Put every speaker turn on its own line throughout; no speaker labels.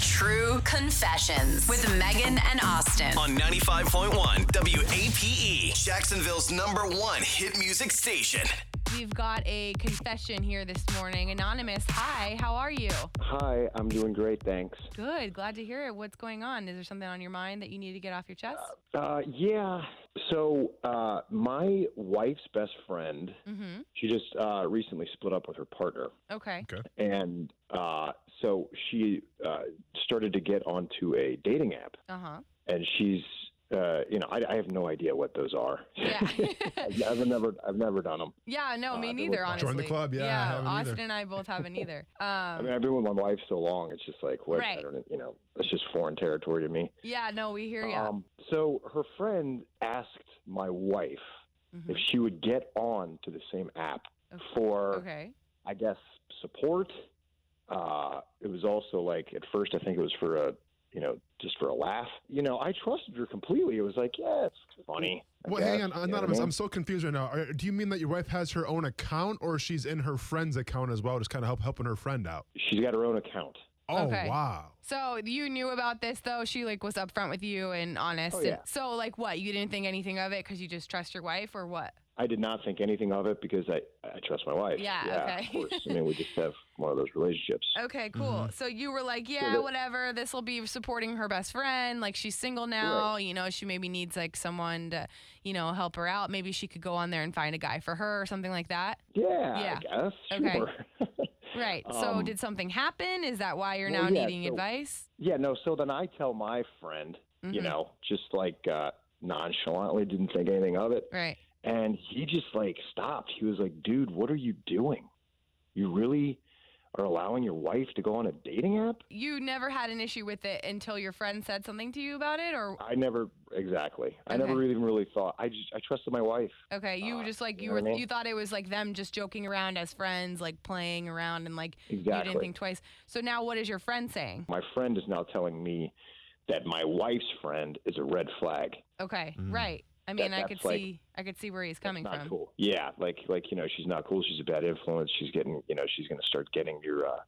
True Confessions with Megan and Austin.
on 95.1 WAPE, E, Jacksonville's number one hit music station.
We've got a confession here this morning. Anonymous, hi, how are you?
Hi, I'm doing great, thanks.
Good, glad to hear it. What's going on? Is there something on your mind that you need to get off your chest?
Uh, yeah, so uh, my wife's best friend,
Mm-hmm.
she just uh, recently split up with her partner,
Okay.
and uh, so she uh, started to get onto a dating app,
Uh huh.
and she's, uh, you know, I, I have no idea what those are.
Yeah.
I've never, I've never done them.
yeah. No,
Uh,
me
they
neither.
look-
Honestly.
Join the club, yeah, I haven't either.
Austin and I both haven't either. Um,
I mean, I've been with my wife so long; it's just like, what?
Right.
I don't, you know, it's just foreign territory to me.
yeah. No, we hear you.
Um, so her friend asked my wife if she would get on to the same app
Mm-hmm. Okay.
for,
okay.
I guess, support. Uh, it was also like at first I think it was for a, you know, just for a laugh. You know, I trusted her completely. It was like, yeah, it's funny. I
Well, hang
guess. You
on,
know what I
anonymous.
mean?
I'm so confused right now. Are, do you mean that your wife has her own account, or she's in her friend's account as well, just kind of help helping her friend out?
She's got her own account.
Oh
Okay.
wow!
So you knew about this though. She like was upfront with you and honest.
Oh, yeah.
And so like what? You didn't think anything of it because you just trust your wife or what?
I did not think anything of it because I, I trust my wife.
Yeah, okay. Oh,
Of course. I mean, we just have one of those relationships.
Okay, cool.
Mm-hmm.
So you were like, yeah,
that-
whatever. This will be supporting her best friend. Like she's single now. You know, she maybe needs like someone to, you know, help her out. Maybe she could go on there and find a guy for her or something like that.
Yeah,
Yeah.
I guess.
Okay.
Sure.
Right. so
Um,
did something happen? Is that why you're
well,
now
yeah,
needing
so-
advice?
Yeah, no. So then I tell my friend, you
Mhm.
know, just like uh, nonchalantly, didn't think anything of it,
Right.
and he just like stopped. He was like, "Dude, what are you doing? You really are allowing your wife to go on a dating app?"
You never had an issue with it until your friend said something to you about it or
I never exactly. I never
Okay.
even really thought. I just I trusted my wife.
okay, you were
Uh,
just like
you
you
know what I
were
mean?
you thought it was like them just joking around as friends, like playing around and like you
Exactly.
didn't think twice. So now what is your friend saying?
my friend is now telling me that my wife's friend is a red flag.
Okay,
Mm.
right. I mean, I
that's
could
like-
see, I could see where he's
That's
coming
not
from.
cool. Yeah, like like you know, she's not cool. She's a bad influence. She's getting you know, she's going to start getting your uh,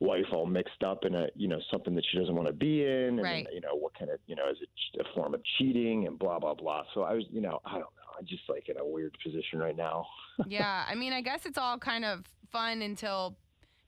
wife all mixed up in a you know something that she doesn't want to be in, and
Right.
you know what kind of you know is it ch- a form of cheating and blah blah blah. So I was you know I don't know. I'm just like in a weird position right now.
yeah, I mean, I guess it's all kind of fun until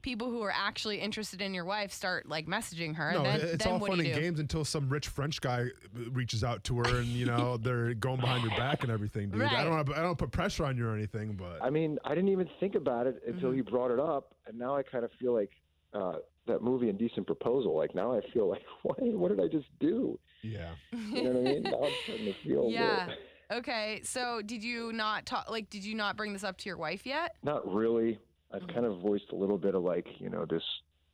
people who are actually interested in your wife start like messaging her.
No,
and then,
it's
then
all
what
fun
do you
and
do?
games until some rich French guy uh, reaches out to her, and you know they're going behind your back and everything, dude. I
Right.
don't, wanna- I don't put pressure on you or anything, but
I mean, I didn't even think about it until
Mm-hmm.
he brought it up, and now I kind of feel like uh, that movie Indecent Proposal. Like now I feel like what what did I just do?
yeah.
You know what I mean? Now I'm starting to feel a little-
Yeah. Okay, so did you not talk? Like, did you not bring this up to your wife yet?
Not really. I've
Mhm.
kind of voiced a little bit of like, you know, this,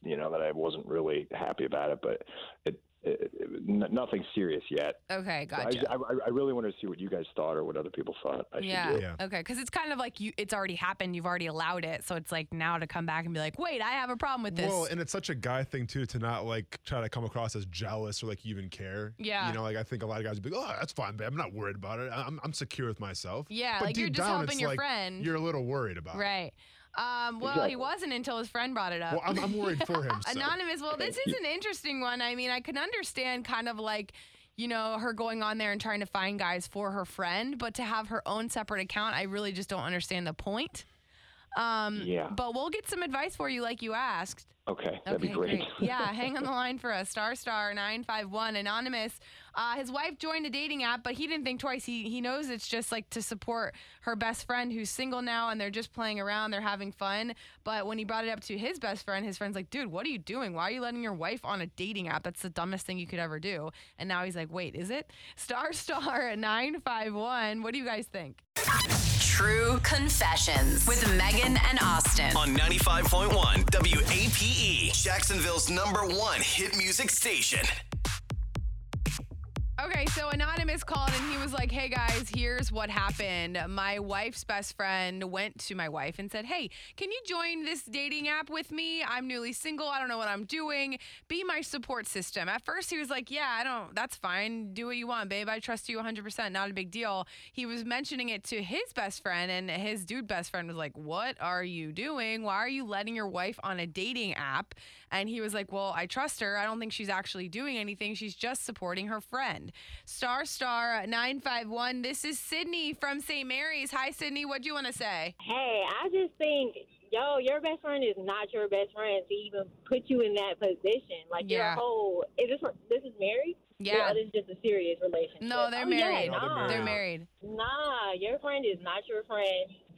you know, that I wasn't really happy about it, but it, it, it n- nothing serious yet.
Okay,
So I
gotcha.
just- I, I, I really wanted to see what you guys thought or what other people thought. I should
yeah.
do.
Okay. 'Cause Okay. Because it's kind of like you, it's already happened. You've already allowed it. So it's like now to come back and be like, wait, I have a problem with this.
Well, and it's such a guy thing too to not like try to come across as jealous or like you even care.
Yeah.
You know, like I think a lot of guys would be like, "Oh, that's fine, babe. I'm not worried about it. I- I'm I'm secure with myself."
yeah,
But
like you're
deep
just
down,
helping
it's
your
like,
friend.
You're a little worried about. it.
Right. Um, well, he
Exactly.
wasn't until his friend brought it up.
Well, I'm, I'm worried for him. So.
Anonymous. Well, this is an interesting one. I mean, I can understand kind of like, you know, her going on there and trying to find guys for her friend, but to have her own separate account, I really just don't understand the point. Um,
Yeah.
But we'll get some advice for you, like you asked.
Okay. That'd be great.
Yeah, hang on the line for us. Star Star nine five one anonymous. Uh, his wife joined a dating app, but he didn't think twice. He he knows it's just like to support her best friend who's single now, and they're just playing around. They're having fun. But when he brought it up to his best friend, his friend's like, "Dude, what are you doing? Why are you letting your wife on a dating app? That's the dumbest thing you could ever do." And now he's like, "Wait, is it?" Star Star nine five one. What do you guys think?
True Confessions with Megan and Austin.
on 95.1 WAPE, E, Jacksonville's number one hit music station.
Okay, so Anonymous called and he was like, Hey guys, here's what happened. My wife's best friend went to my wife and said, Hey, can you join this dating app with me? I'm newly single. I don't know what I'm doing. Be my support system. At first, he was like, Yeah, I don't, that's fine. Do what you want, babe. I trust you 100%. Not a big deal. He was mentioning it to his best friend, and his dude best friend was like, What are you doing? Why are you letting your wife on a dating app? And he was like, Well, I trust her. I don't think she's actually doing anything. She's just supporting her friend. Star Star 951. This is Sydney from St. Mary's. Hi, Sydney. What do you want to say?
Hey, I just think, yo, your best friend is not your best friend to even put you in that position. Like
Yeah.
your whole is this this is married?
Yeah.
Or this is just a serious relationship.
No, they're
Oh, yeah,
married.
No, they're
nah.
They're married.
Nah, your friend is not your friend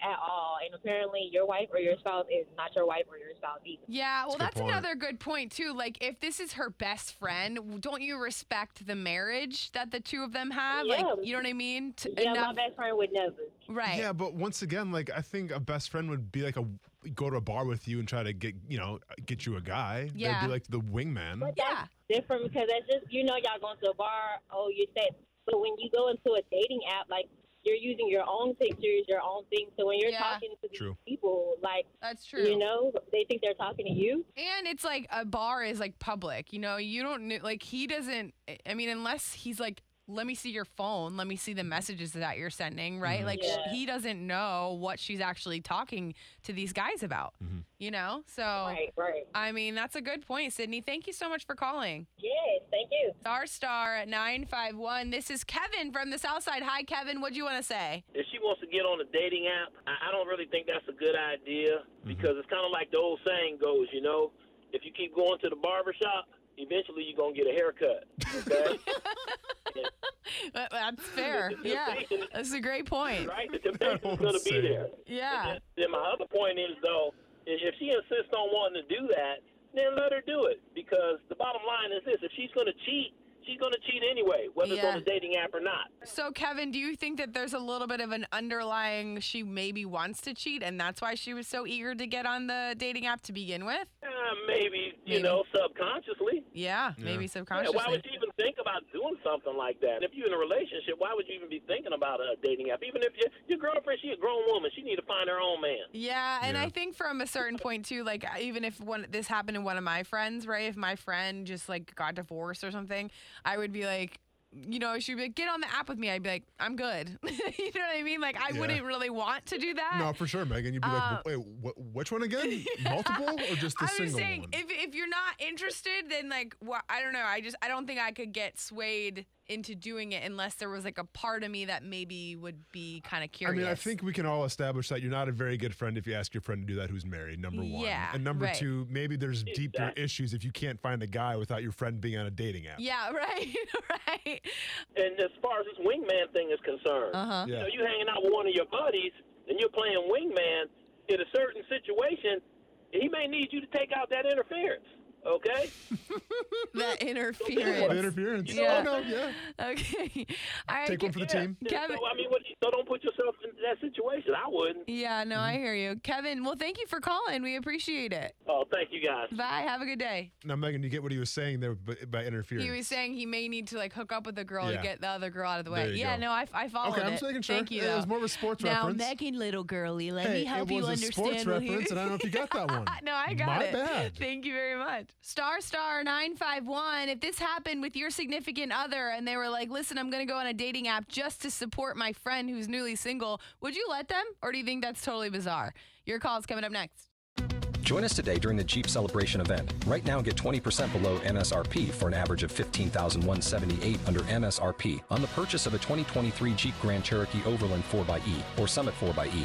at all, and apparently your wife or your spouse is not your wife or your spouse either.
Yeah, well,
That's
that's
a good point.
another good point, too. Like, if this is her best friend, w- don't you respect the marriage that the two of them have? Like,
Yeah.
you know what I mean? T-
Yeah,
enough-
my best friend would never.
Right.
Yeah, but once again, like I think a best friend would be like a go to a bar with you and try to get you know get you a guy.
Yeah.
They'd be like the wingman.
But
Yeah.
that's different because that's just you know y'all going to a bar. Oh, you said. But when you go into a dating app, like you're using your own pictures, your own things. So when you're
Yeah.
talking to these
True.
people, like
That's true.
you know, they think they're talking to you.
And it's like a bar is like public. You know, you don't kn- like he doesn't. I- I mean, unless he's like, let me see your phone, let me see the messages that you're sending, right? Like sh
Yeah.
he doesn't know what she's actually talking to these guys about.
Mhm.
You know, so
Right, right.
I mean, that's a good point, Sydney. Thank you so much for calling.
Yes, thank you.
Star Star nine five one. This is Kevin from the South Side. Hi, Kevin. What do you want to say?
if she wants to get on a dating app, I, I don't really think that's a good idea
Mm-hmm.
because it's kind of like the old saying goes, you know, if you keep going to the barber shop, eventually you're going to get a haircut. Okay?
Uh, That's fair. yeah, that's a great point.
right? The temptation's
old
going to be
saying.
there.
Yeah.
And then my other point is, though, i- if she insists on wanting to do that, then let her do it because the bottom line is this if she's going to cheat, she's going to cheat anyway, whether it's
Yeah.
on a dating app or not.
So, Kevin, do you think that there's a little bit of an underlying she maybe wants to cheat and that's why she was so eager to get on the dating app to begin with?
Uh, maybe,
Maybe.
you know, subconsciously.
Yeah, maybe
Yeah,
subconsciously.
why would you even think about doing something like that? If you're in a relationship, why would you even be thinking about a dating app? Even if your, your girlfriend, she a grown woman, she need to find her own man.
Yeah, and
Yeah.
I think from a certain point too, like I- even if one this happened to one of my friends, right? If my friend just like got divorced or something, I would be like, you know, she'd be like, "Get on the app with me." I'd be like, "I'm good." you know what I mean? Like I
Yeah.
wouldn't really want to do that.
No, for sure, Megan. You'd be
Uh,
like, wait, wh- which one again? Multiple or just the
I'm
single
just saying,
one?
if if you're not interested, then like wha- I don't know. I just I don't think I could get swayed into doing it unless there was like a part of me that maybe would be kind of
I
curious.
mean, I think we can all establish that you're not a very good friend if you ask your friend to do that who's married, number one.
Yeah,
and number
right.
two, maybe there's deeper
Exactly.
issues if you can't find a guy without your friend being on a dating app.
Yeah. Right. right.
And as far as this wingman thing is concerned,
Uh huh.
you
Yeah.
know, you hanging out with one of your buddies and you're playing wingman in a certain situation, he may need you to take out that interference. Okay,
That
The
interference.
interference.
Yeah.
Oh, no, yeah.
Okay. All right.
Take one
Ke-
for the
Yeah.
team.
Kevin-
So I mean, what, so don't put yourself in that situation. I wouldn't.
yeah, no,
Mm-hmm.
I hear you. Kevin, well, thank you for calling. We appreciate it.
Oh, thank you guys.
Bye. Have a good day.
Now, Megan, you get what he was saying there by, by interference.
He was saying he may need to like hook up with a girl
Yeah.
to get the other girl out of the way.
There you
Yeah,
go.
no, I, I followed
okay,
it.
I'm just making sure.
Thank you.
It
though.
was more of a sports
now,
reference.
Megan, little girly, let
hey,
me help
it was
you
a
understand.
sports
what you-
reference, and I don't know if you got that one.
no, I got
My
it.
bad.
Thank you very much. Star Star 951. If this happened with your significant other and they were like, listen, I'm going to go on a dating app just to support my friend who's newly single, would you let them? Or do you think that's totally bizarre? Your call's coming up next.
Join us today during the Jeep Celebration event. Right now, get 20% below MSRP for an average of 15178 under MSRP on the purchase of a 2023 Jeep Grand Cherokee Overland 4xE or Summit 4xE.